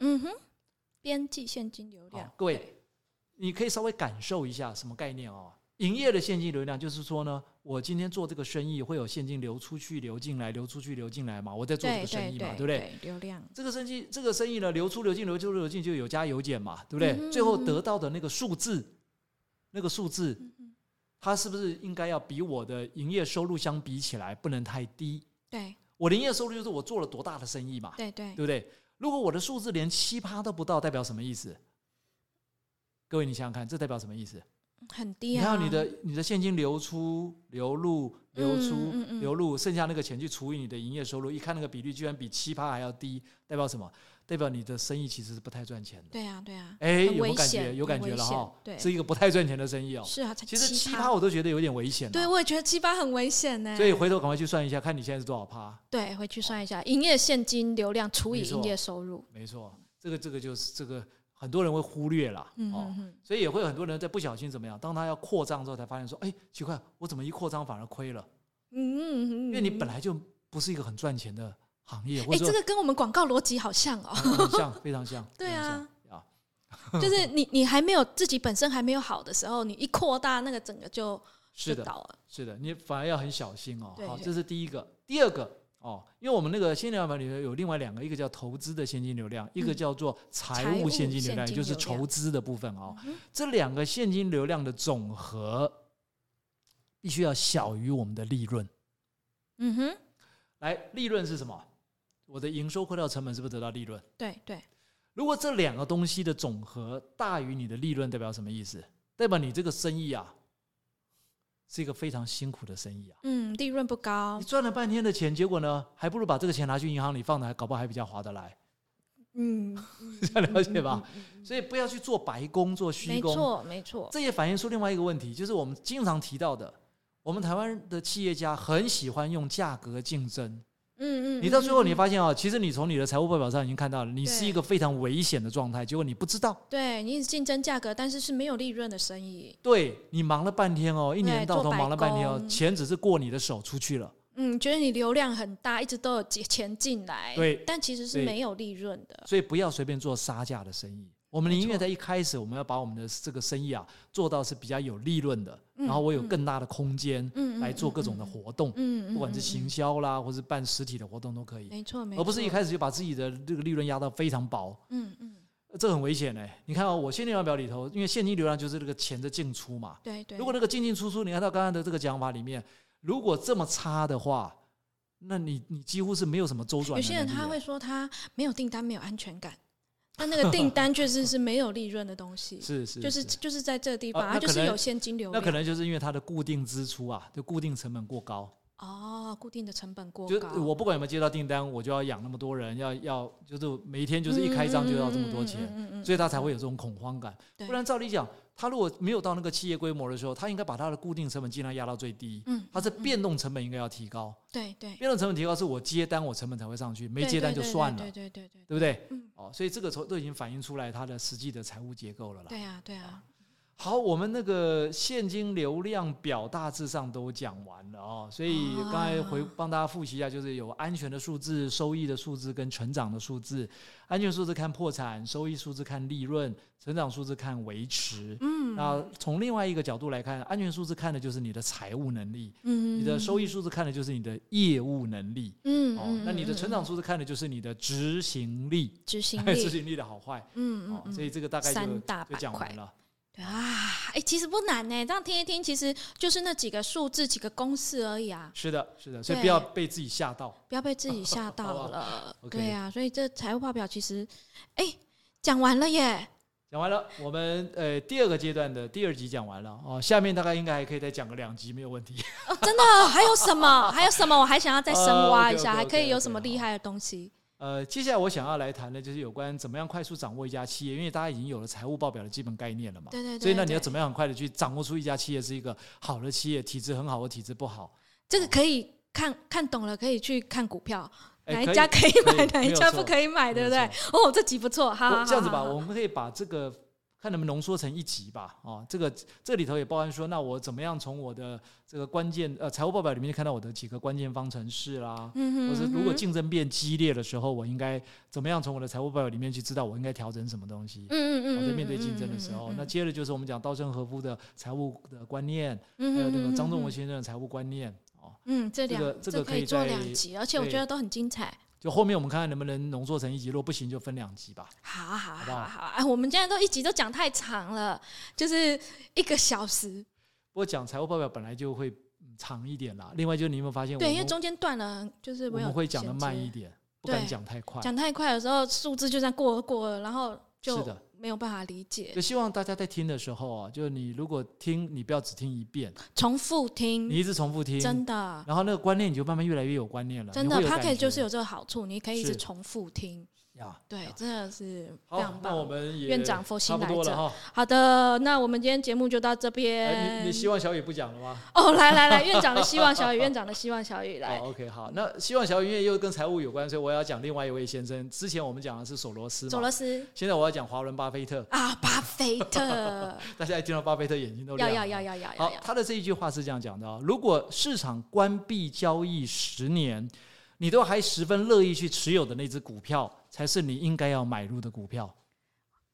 Speaker 3: 嗯哼，边际现金流
Speaker 1: 好
Speaker 3: 量，，
Speaker 1: 各位，你可以稍微感受一下什么概念哦？营业的现金流量就是说呢，我今天做这个生意会有现金流出去、流进来、流出去、流进来嘛，我在做这
Speaker 3: 对
Speaker 1: 个生意
Speaker 3: 对
Speaker 1: 嘛，
Speaker 3: 对
Speaker 1: 对不对？
Speaker 3: 对？流量，
Speaker 1: 这个生意，这个生意呢，流出流进，流出流进就有加有减嘛，对不对？
Speaker 3: 嗯哼嗯
Speaker 1: 最后
Speaker 3: 嗯哼
Speaker 1: 得到的那个数字，那个数字，
Speaker 3: 嗯嗯，
Speaker 1: 它是不是应该要比我的营业收入相比起来不能太低？
Speaker 3: 对
Speaker 1: 我的营业收入就是我做了多大的生意嘛，
Speaker 3: 对
Speaker 1: 对
Speaker 3: 对
Speaker 1: 不嗯对？如果我的数字连七趴都不到，代表什么意思？各位，你想想看，这代表什么意思？
Speaker 3: 很低
Speaker 1: 你
Speaker 3: 啊。
Speaker 1: 看你的你的现金流出、流入、流出、
Speaker 3: 嗯嗯嗯
Speaker 1: 流入，剩下那个钱去除以你的营业收入，一看那个比率居然比七趴还要低，代表什么？代表你的生意其实是不太赚钱的。
Speaker 3: 对啊，对啊，
Speaker 1: 哎，
Speaker 3: 很
Speaker 1: 有没
Speaker 3: 危
Speaker 1: 有感觉？
Speaker 3: 险
Speaker 1: 有感
Speaker 3: 很
Speaker 1: 觉
Speaker 3: 危
Speaker 1: 了哈
Speaker 3: 险，对
Speaker 1: 是一个不太赚钱的生意哦。
Speaker 3: 是啊，才
Speaker 1: 其实七趴
Speaker 3: 趴，
Speaker 1: 我都觉得有点危险了。啊
Speaker 3: 对我也觉得七趴很危险呢。
Speaker 1: 所以回头赶快去算一下，看你现在是多少趴。
Speaker 3: 对，回去算一下营业现金流量除以
Speaker 1: 没错
Speaker 3: 营业收入。
Speaker 1: 没错，这个这个就是这个很多人会忽略啦。
Speaker 3: 嗯
Speaker 1: 哦
Speaker 3: 嗯，嗯，
Speaker 1: 所以也会有很多人在不小心怎么样，当他要扩张之后，才发现说，哎，奇怪，我怎么一扩张反而亏了？
Speaker 3: 嗯，
Speaker 1: 因
Speaker 3: 因
Speaker 1: 为你本来就不是一个很赚钱的行业，或
Speaker 3: 哎，
Speaker 1: 者
Speaker 3: 这
Speaker 1: 说嗯
Speaker 3: 个跟我们广告逻辑好像 哦，
Speaker 1: 很很像，非常像。
Speaker 3: 对啊
Speaker 1: 非常像啊，
Speaker 3: 就是你你还没有自己本身还没有好的时候，你一扩大那个整个就是就
Speaker 1: 的，
Speaker 3: 倒了。
Speaker 1: 是的，你反而要很小心哦
Speaker 3: 对。
Speaker 1: 好，
Speaker 3: 对
Speaker 1: 这是第一个，第二个哦，因为我们那个现金流量里面有另外两个，一个叫投资的现金流量，一个
Speaker 3: 嗯
Speaker 1: 叫做
Speaker 3: 财
Speaker 1: 财
Speaker 3: 务
Speaker 1: 务现金
Speaker 3: 现
Speaker 1: 流量，也
Speaker 3: 金
Speaker 1: 就是
Speaker 3: 流量
Speaker 1: 筹资的部分哦。
Speaker 3: 嗯
Speaker 1: 这两个现金流量的总和必须要小于我们的利润。
Speaker 3: 嗯哼，
Speaker 1: 来，利润是什么？我的营收扣掉成本是不是得到利润？
Speaker 3: 对对，
Speaker 1: 如果这两个东西的总和大于你的利润，代表什么意思？代表你这个生意啊，是一个非常辛苦的生意啊。
Speaker 3: 嗯，利润不高
Speaker 1: 你，赚了半天的钱，结果呢，还不如把这个钱拿去银行里放着，还搞不好还比较划得来，
Speaker 3: 嗯，
Speaker 1: 这样了解吧？
Speaker 3: 嗯？嗯嗯
Speaker 1: 所以不要去做白工、做
Speaker 3: 没
Speaker 1: 虚工，
Speaker 3: 错没错，
Speaker 1: 这也反映出另外一个问题，就是我们经常提到的，我们台湾的企业家很喜欢用价格竞争。
Speaker 3: 嗯嗯，
Speaker 1: 你到最后
Speaker 3: 嗯
Speaker 1: 你
Speaker 3: 嗯
Speaker 1: 发现啊，其实你从你的财务报表上已经看到了，你是
Speaker 3: 对
Speaker 1: 一个非常危险的状态，结果你不知道。
Speaker 3: 对你一直竞争价格，但是是没有利润的生意。
Speaker 1: 对你忙了半天哦，一
Speaker 3: 对
Speaker 1: 年到头
Speaker 3: 做白
Speaker 1: 忙了半天哦，
Speaker 3: 工
Speaker 1: 钱只是过你的手出去了。
Speaker 3: 嗯，觉得你流量很大，一直都有钱钱进来，
Speaker 1: 对
Speaker 3: 但其实是
Speaker 1: 对
Speaker 3: 没有利润的。
Speaker 1: 所以不要随便做杀价的生意。我们
Speaker 3: 嗯没
Speaker 1: 宁愿
Speaker 3: 错
Speaker 1: 在一开始，我们要把我们的这个生意啊做到是比较有利润的，
Speaker 3: 嗯
Speaker 1: 然后我有
Speaker 3: 嗯
Speaker 1: 更大的空间
Speaker 3: 嗯，嗯
Speaker 1: 来做各种的，活动，
Speaker 3: 嗯嗯嗯嗯，
Speaker 1: 不管是
Speaker 3: 形
Speaker 1: 行
Speaker 3: 象，
Speaker 1: 销啦，或是办实体的活动都可以，
Speaker 3: 没错没错，
Speaker 1: 而不是一开始就把自己的这个利润压到非常薄，
Speaker 3: 嗯嗯，
Speaker 1: 这很危险哎、你看啊、我现金流量表里头，因为现金流量就是这个钱的进出嘛，
Speaker 3: 对对。
Speaker 1: 如果那个进进出出，你按照刚刚的这个讲法里面，如果这么差的话，那你你几乎是没有什么周转的
Speaker 3: 有
Speaker 1: 能力
Speaker 3: 些
Speaker 1: 耶。
Speaker 3: 人他会说他没有订单，没有安全感，但那个订单确实是没有利润的东西，
Speaker 1: 是是
Speaker 3: 就是就是在这个地方，
Speaker 1: 啊
Speaker 3: 它
Speaker 1: 那
Speaker 3: 就
Speaker 1: 可
Speaker 3: 是有
Speaker 1: 能
Speaker 3: 现金流
Speaker 1: 那可
Speaker 3: 量。
Speaker 1: 能就是因为它的固定支出啊，就固定成本过高。
Speaker 3: 哦，固定的成本过
Speaker 1: 就呃
Speaker 3: 高，
Speaker 1: 我不管有没有接到订单，我就要养那么多人，要要就是每一天就是一开张就要这么多钱，
Speaker 3: 钱
Speaker 1: 所以他才会有这种恐慌感。
Speaker 3: 对
Speaker 1: 不然照理讲，他如果没有到那个企业规模的时候，他应该把他的固定成本尽量压到最低。
Speaker 3: 嗯
Speaker 1: 他是变动成本应该要提高，
Speaker 3: 对对，
Speaker 1: 变动成本提高是我接单我成本才会上去，没
Speaker 3: 对
Speaker 1: 接
Speaker 3: 对
Speaker 1: 单就
Speaker 3: 对
Speaker 1: 算了
Speaker 3: 对，对对对
Speaker 1: 对不对
Speaker 3: 嗯？
Speaker 1: 哦，所以这个从都已经反映出来它的实际的财务结构了啦。
Speaker 3: 对啊对啊，
Speaker 1: 好，我们那个现金流量表大致上都讲完了哦，所以刚才回
Speaker 3: 啊
Speaker 1: 帮大家复习一下，就是有安全的数字、收益的数字跟成长的数字。安全数字看破产，收益数字看利润，成长数字看维持。
Speaker 3: 嗯
Speaker 1: 那从另外一个角度来看，安全数字看的就是你的财务能力，
Speaker 3: 嗯，
Speaker 1: 你的收益数字看的就是你的业务能力。
Speaker 3: 嗯，嗯
Speaker 1: 哦
Speaker 3: 嗯，
Speaker 1: 那你的
Speaker 3: 嗯
Speaker 1: 成
Speaker 3: 嗯
Speaker 1: 长数字看的就是你的执行力，
Speaker 3: 执行
Speaker 1: 执
Speaker 3: 力，
Speaker 1: 行力的好坏。
Speaker 3: 嗯嗯
Speaker 1: 哦，
Speaker 3: 嗯，
Speaker 1: 所以这个大概就
Speaker 3: 三大
Speaker 1: 就讲
Speaker 3: 板块
Speaker 1: 完了。
Speaker 3: 对啊，哎，其实不难呢，这样听一听，其实就是那几个数字、几个公式而已啊，
Speaker 1: 是的，是的，所以
Speaker 3: 对
Speaker 1: 不要被自己吓到。
Speaker 3: 不要被自己吓到
Speaker 1: 好
Speaker 3: 了。
Speaker 1: OK
Speaker 3: 对啊，所以这财务报表其实，哎，讲完了耶。
Speaker 1: 讲完了，我们呃第二个阶段的第二集讲完了哦，下面大概应该还可以再讲个两集，没有问题。
Speaker 3: 哦，真的哦，还有什么？还有什么？我还想要再深挖一下，
Speaker 1: 哦，OK，OK，OK，OK，
Speaker 3: 还可以有什么
Speaker 1: 好
Speaker 3: 厉害的东西？
Speaker 1: 呃，接下来我想要来谈的就是有关怎么样快速掌握一家企业，因为大家已经有了财务报表的基本概念了嘛。
Speaker 3: 对对对
Speaker 1: 所以那你要
Speaker 3: 对
Speaker 1: 怎么样很快的去掌握出一家企业是一个好的企业，体质很好或体质不好？
Speaker 3: 这个可以看看懂了，可以去看股票，
Speaker 1: 哎
Speaker 3: 哪一
Speaker 1: 可以
Speaker 3: 家可以
Speaker 1: 可以
Speaker 3: 买，哪
Speaker 1: 没
Speaker 3: 一
Speaker 1: 有
Speaker 3: 家
Speaker 1: 错
Speaker 3: 不可以买，对不
Speaker 1: 没
Speaker 3: 对
Speaker 1: 有？
Speaker 3: 哦，这集不错，好好
Speaker 1: 我这样子吧，
Speaker 3: 好好
Speaker 1: 我们可以把这个看能不能浓缩成一集吧。哦，这个这里头也包含说，那我怎么样从我的这个关键呃财务报表里面看到我的几个关键方程式啦，
Speaker 3: 嗯哼
Speaker 1: 或是如
Speaker 3: 嗯
Speaker 1: 果
Speaker 3: 哼
Speaker 1: 竞争变激烈的时候，我应该怎么样从我的财务报表里面去知道我应该调整什么东西？
Speaker 3: 嗯嗯
Speaker 1: 我
Speaker 3: 嗯，
Speaker 1: 啊在面对竞争
Speaker 3: 嗯
Speaker 1: 的
Speaker 3: 嗯
Speaker 1: 时
Speaker 3: 嗯
Speaker 1: 候，
Speaker 3: 嗯
Speaker 1: 那
Speaker 3: 嗯
Speaker 1: 接着就是我们讲稻盛和夫的财务的观念，
Speaker 3: 嗯
Speaker 1: 还有
Speaker 3: 嗯
Speaker 1: 那
Speaker 3: 嗯
Speaker 1: 个张仲
Speaker 3: 嗯
Speaker 1: 文先生的财务观念哦。
Speaker 3: 嗯，这
Speaker 1: 这
Speaker 3: 两
Speaker 1: 个这个
Speaker 3: 可
Speaker 1: 可
Speaker 3: 以
Speaker 1: 以
Speaker 3: 做
Speaker 1: 在
Speaker 3: 两集，而且我
Speaker 1: 对
Speaker 3: 觉得都很精彩。
Speaker 1: 就后面我们看看能不能浓缩成一集，如果不行就分两集吧。
Speaker 3: 好啊好啊
Speaker 1: 好不
Speaker 3: 好
Speaker 1: 好
Speaker 3: 啊好啊！哎，我们现在都一集都讲太长了，就是一个小时。
Speaker 1: 不过讲财务报表本来就会嗯长一点啦。另外就是你有没有发现，我
Speaker 3: 对，因为
Speaker 1: 们
Speaker 3: 中间断了，就是
Speaker 1: 我
Speaker 3: 没有
Speaker 1: 们会讲的
Speaker 3: 衔
Speaker 1: 慢
Speaker 3: 接
Speaker 1: 一点，不敢
Speaker 3: 对
Speaker 1: 讲太快。
Speaker 3: 讲太快的时候，数字就这样过了过了，然后就是
Speaker 1: 的，
Speaker 3: 没有办法理解
Speaker 1: 就，希望大家在听的时候啊，就是你如果听，你不要只听一遍，
Speaker 3: 重复
Speaker 1: 你
Speaker 3: 听，
Speaker 1: 一直重复听，
Speaker 3: 嗯真的
Speaker 1: 然后那个观念你就慢慢越来越有观念了，
Speaker 3: 真
Speaker 1: 你
Speaker 3: 的
Speaker 1: 会有
Speaker 3: p o
Speaker 1: 感
Speaker 3: c k e
Speaker 1: 觉
Speaker 3: t 就是有这个好处，你可以一直
Speaker 1: 是
Speaker 3: 重复听，
Speaker 1: 呀。
Speaker 3: 对
Speaker 1: 呀，
Speaker 3: 真的是非
Speaker 1: 好
Speaker 3: 常，
Speaker 1: 那我
Speaker 3: 棒。
Speaker 1: 们也
Speaker 3: 院长佛
Speaker 1: 差
Speaker 3: 心
Speaker 1: 不
Speaker 3: 来
Speaker 1: 多
Speaker 3: 着
Speaker 1: 了，哈。
Speaker 3: 好的，那我们今天节目就到这
Speaker 1: 哎，
Speaker 3: 边。
Speaker 1: 你你希望小雨不讲了吗？
Speaker 3: 哦，来来来，院长的希望小雨，院长的希望小雨来
Speaker 1: 好。，OK，好。那希望小雨因为又跟财务有关，所以我要讲另外一位先生。之前我们讲的是索罗斯
Speaker 3: 佐
Speaker 1: 嘛，
Speaker 3: 罗斯
Speaker 1: 现在我要讲华伦巴菲特。
Speaker 3: 啊，巴菲特，
Speaker 1: 大家一听到巴菲特，眼睛都
Speaker 3: 要
Speaker 1: 亮
Speaker 3: 要
Speaker 1: 了。
Speaker 3: 要要要
Speaker 1: 好
Speaker 3: 要，要，
Speaker 1: 他的这一句话是这样讲的啊、如果市场关闭交易十年，你都还十分乐意去持有的那只股票，才是你应该要买入的股票。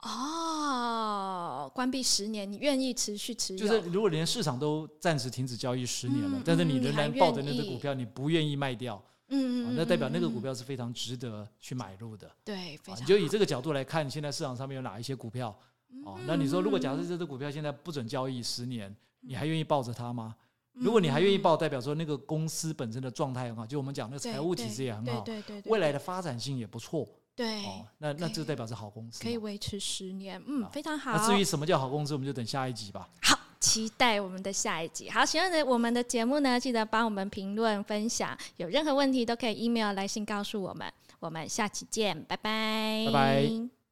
Speaker 3: 哦，关闭十年，你愿意持续持有？
Speaker 1: 就是如果连市场都暂时停止交易十年了，
Speaker 3: 嗯
Speaker 1: 但是
Speaker 3: 嗯
Speaker 1: 你
Speaker 3: 嗯
Speaker 1: 仍
Speaker 3: 还
Speaker 1: 然
Speaker 3: 愿
Speaker 1: 抱着那只
Speaker 3: 意
Speaker 1: 股票，你不愿意卖掉，
Speaker 3: 嗯
Speaker 1: 啊
Speaker 3: 嗯，
Speaker 1: 那代表
Speaker 3: 嗯
Speaker 1: 那个
Speaker 3: 嗯
Speaker 1: 股
Speaker 3: 嗯
Speaker 1: 票是非常值得去买入的。
Speaker 3: 对，非
Speaker 1: 啊，你
Speaker 3: 常
Speaker 1: 就以这个角度来看，现在市场上面有哪一些股票？哦，那你说如果假设
Speaker 3: 嗯
Speaker 1: 这只股票现在不准交易十年，你还愿意抱着它吗？如果你还愿意抱，代表说那个公司本身的状态很好，就我们讲那个
Speaker 3: 嗯对
Speaker 1: 财务
Speaker 3: 对
Speaker 1: 体制也很
Speaker 3: 对
Speaker 1: 好，
Speaker 3: 对对对，
Speaker 1: 未来的发展性也不错
Speaker 3: 对
Speaker 1: 哦。那那
Speaker 3: 可
Speaker 1: 这
Speaker 3: 以
Speaker 1: 代表是好公司
Speaker 3: 可以
Speaker 1: 嘛。
Speaker 3: 维持十年，嗯
Speaker 1: 啊，
Speaker 3: 非常好。
Speaker 1: 那至于什么叫好公司，我们就等下一集吧。
Speaker 3: 好，期待我们的下一集。好，喜欢的我们的节目呢，记得帮我们评论、分享，有任何问题都可以 email 来信告诉我们。我们下期见，拜拜，
Speaker 1: 拜拜。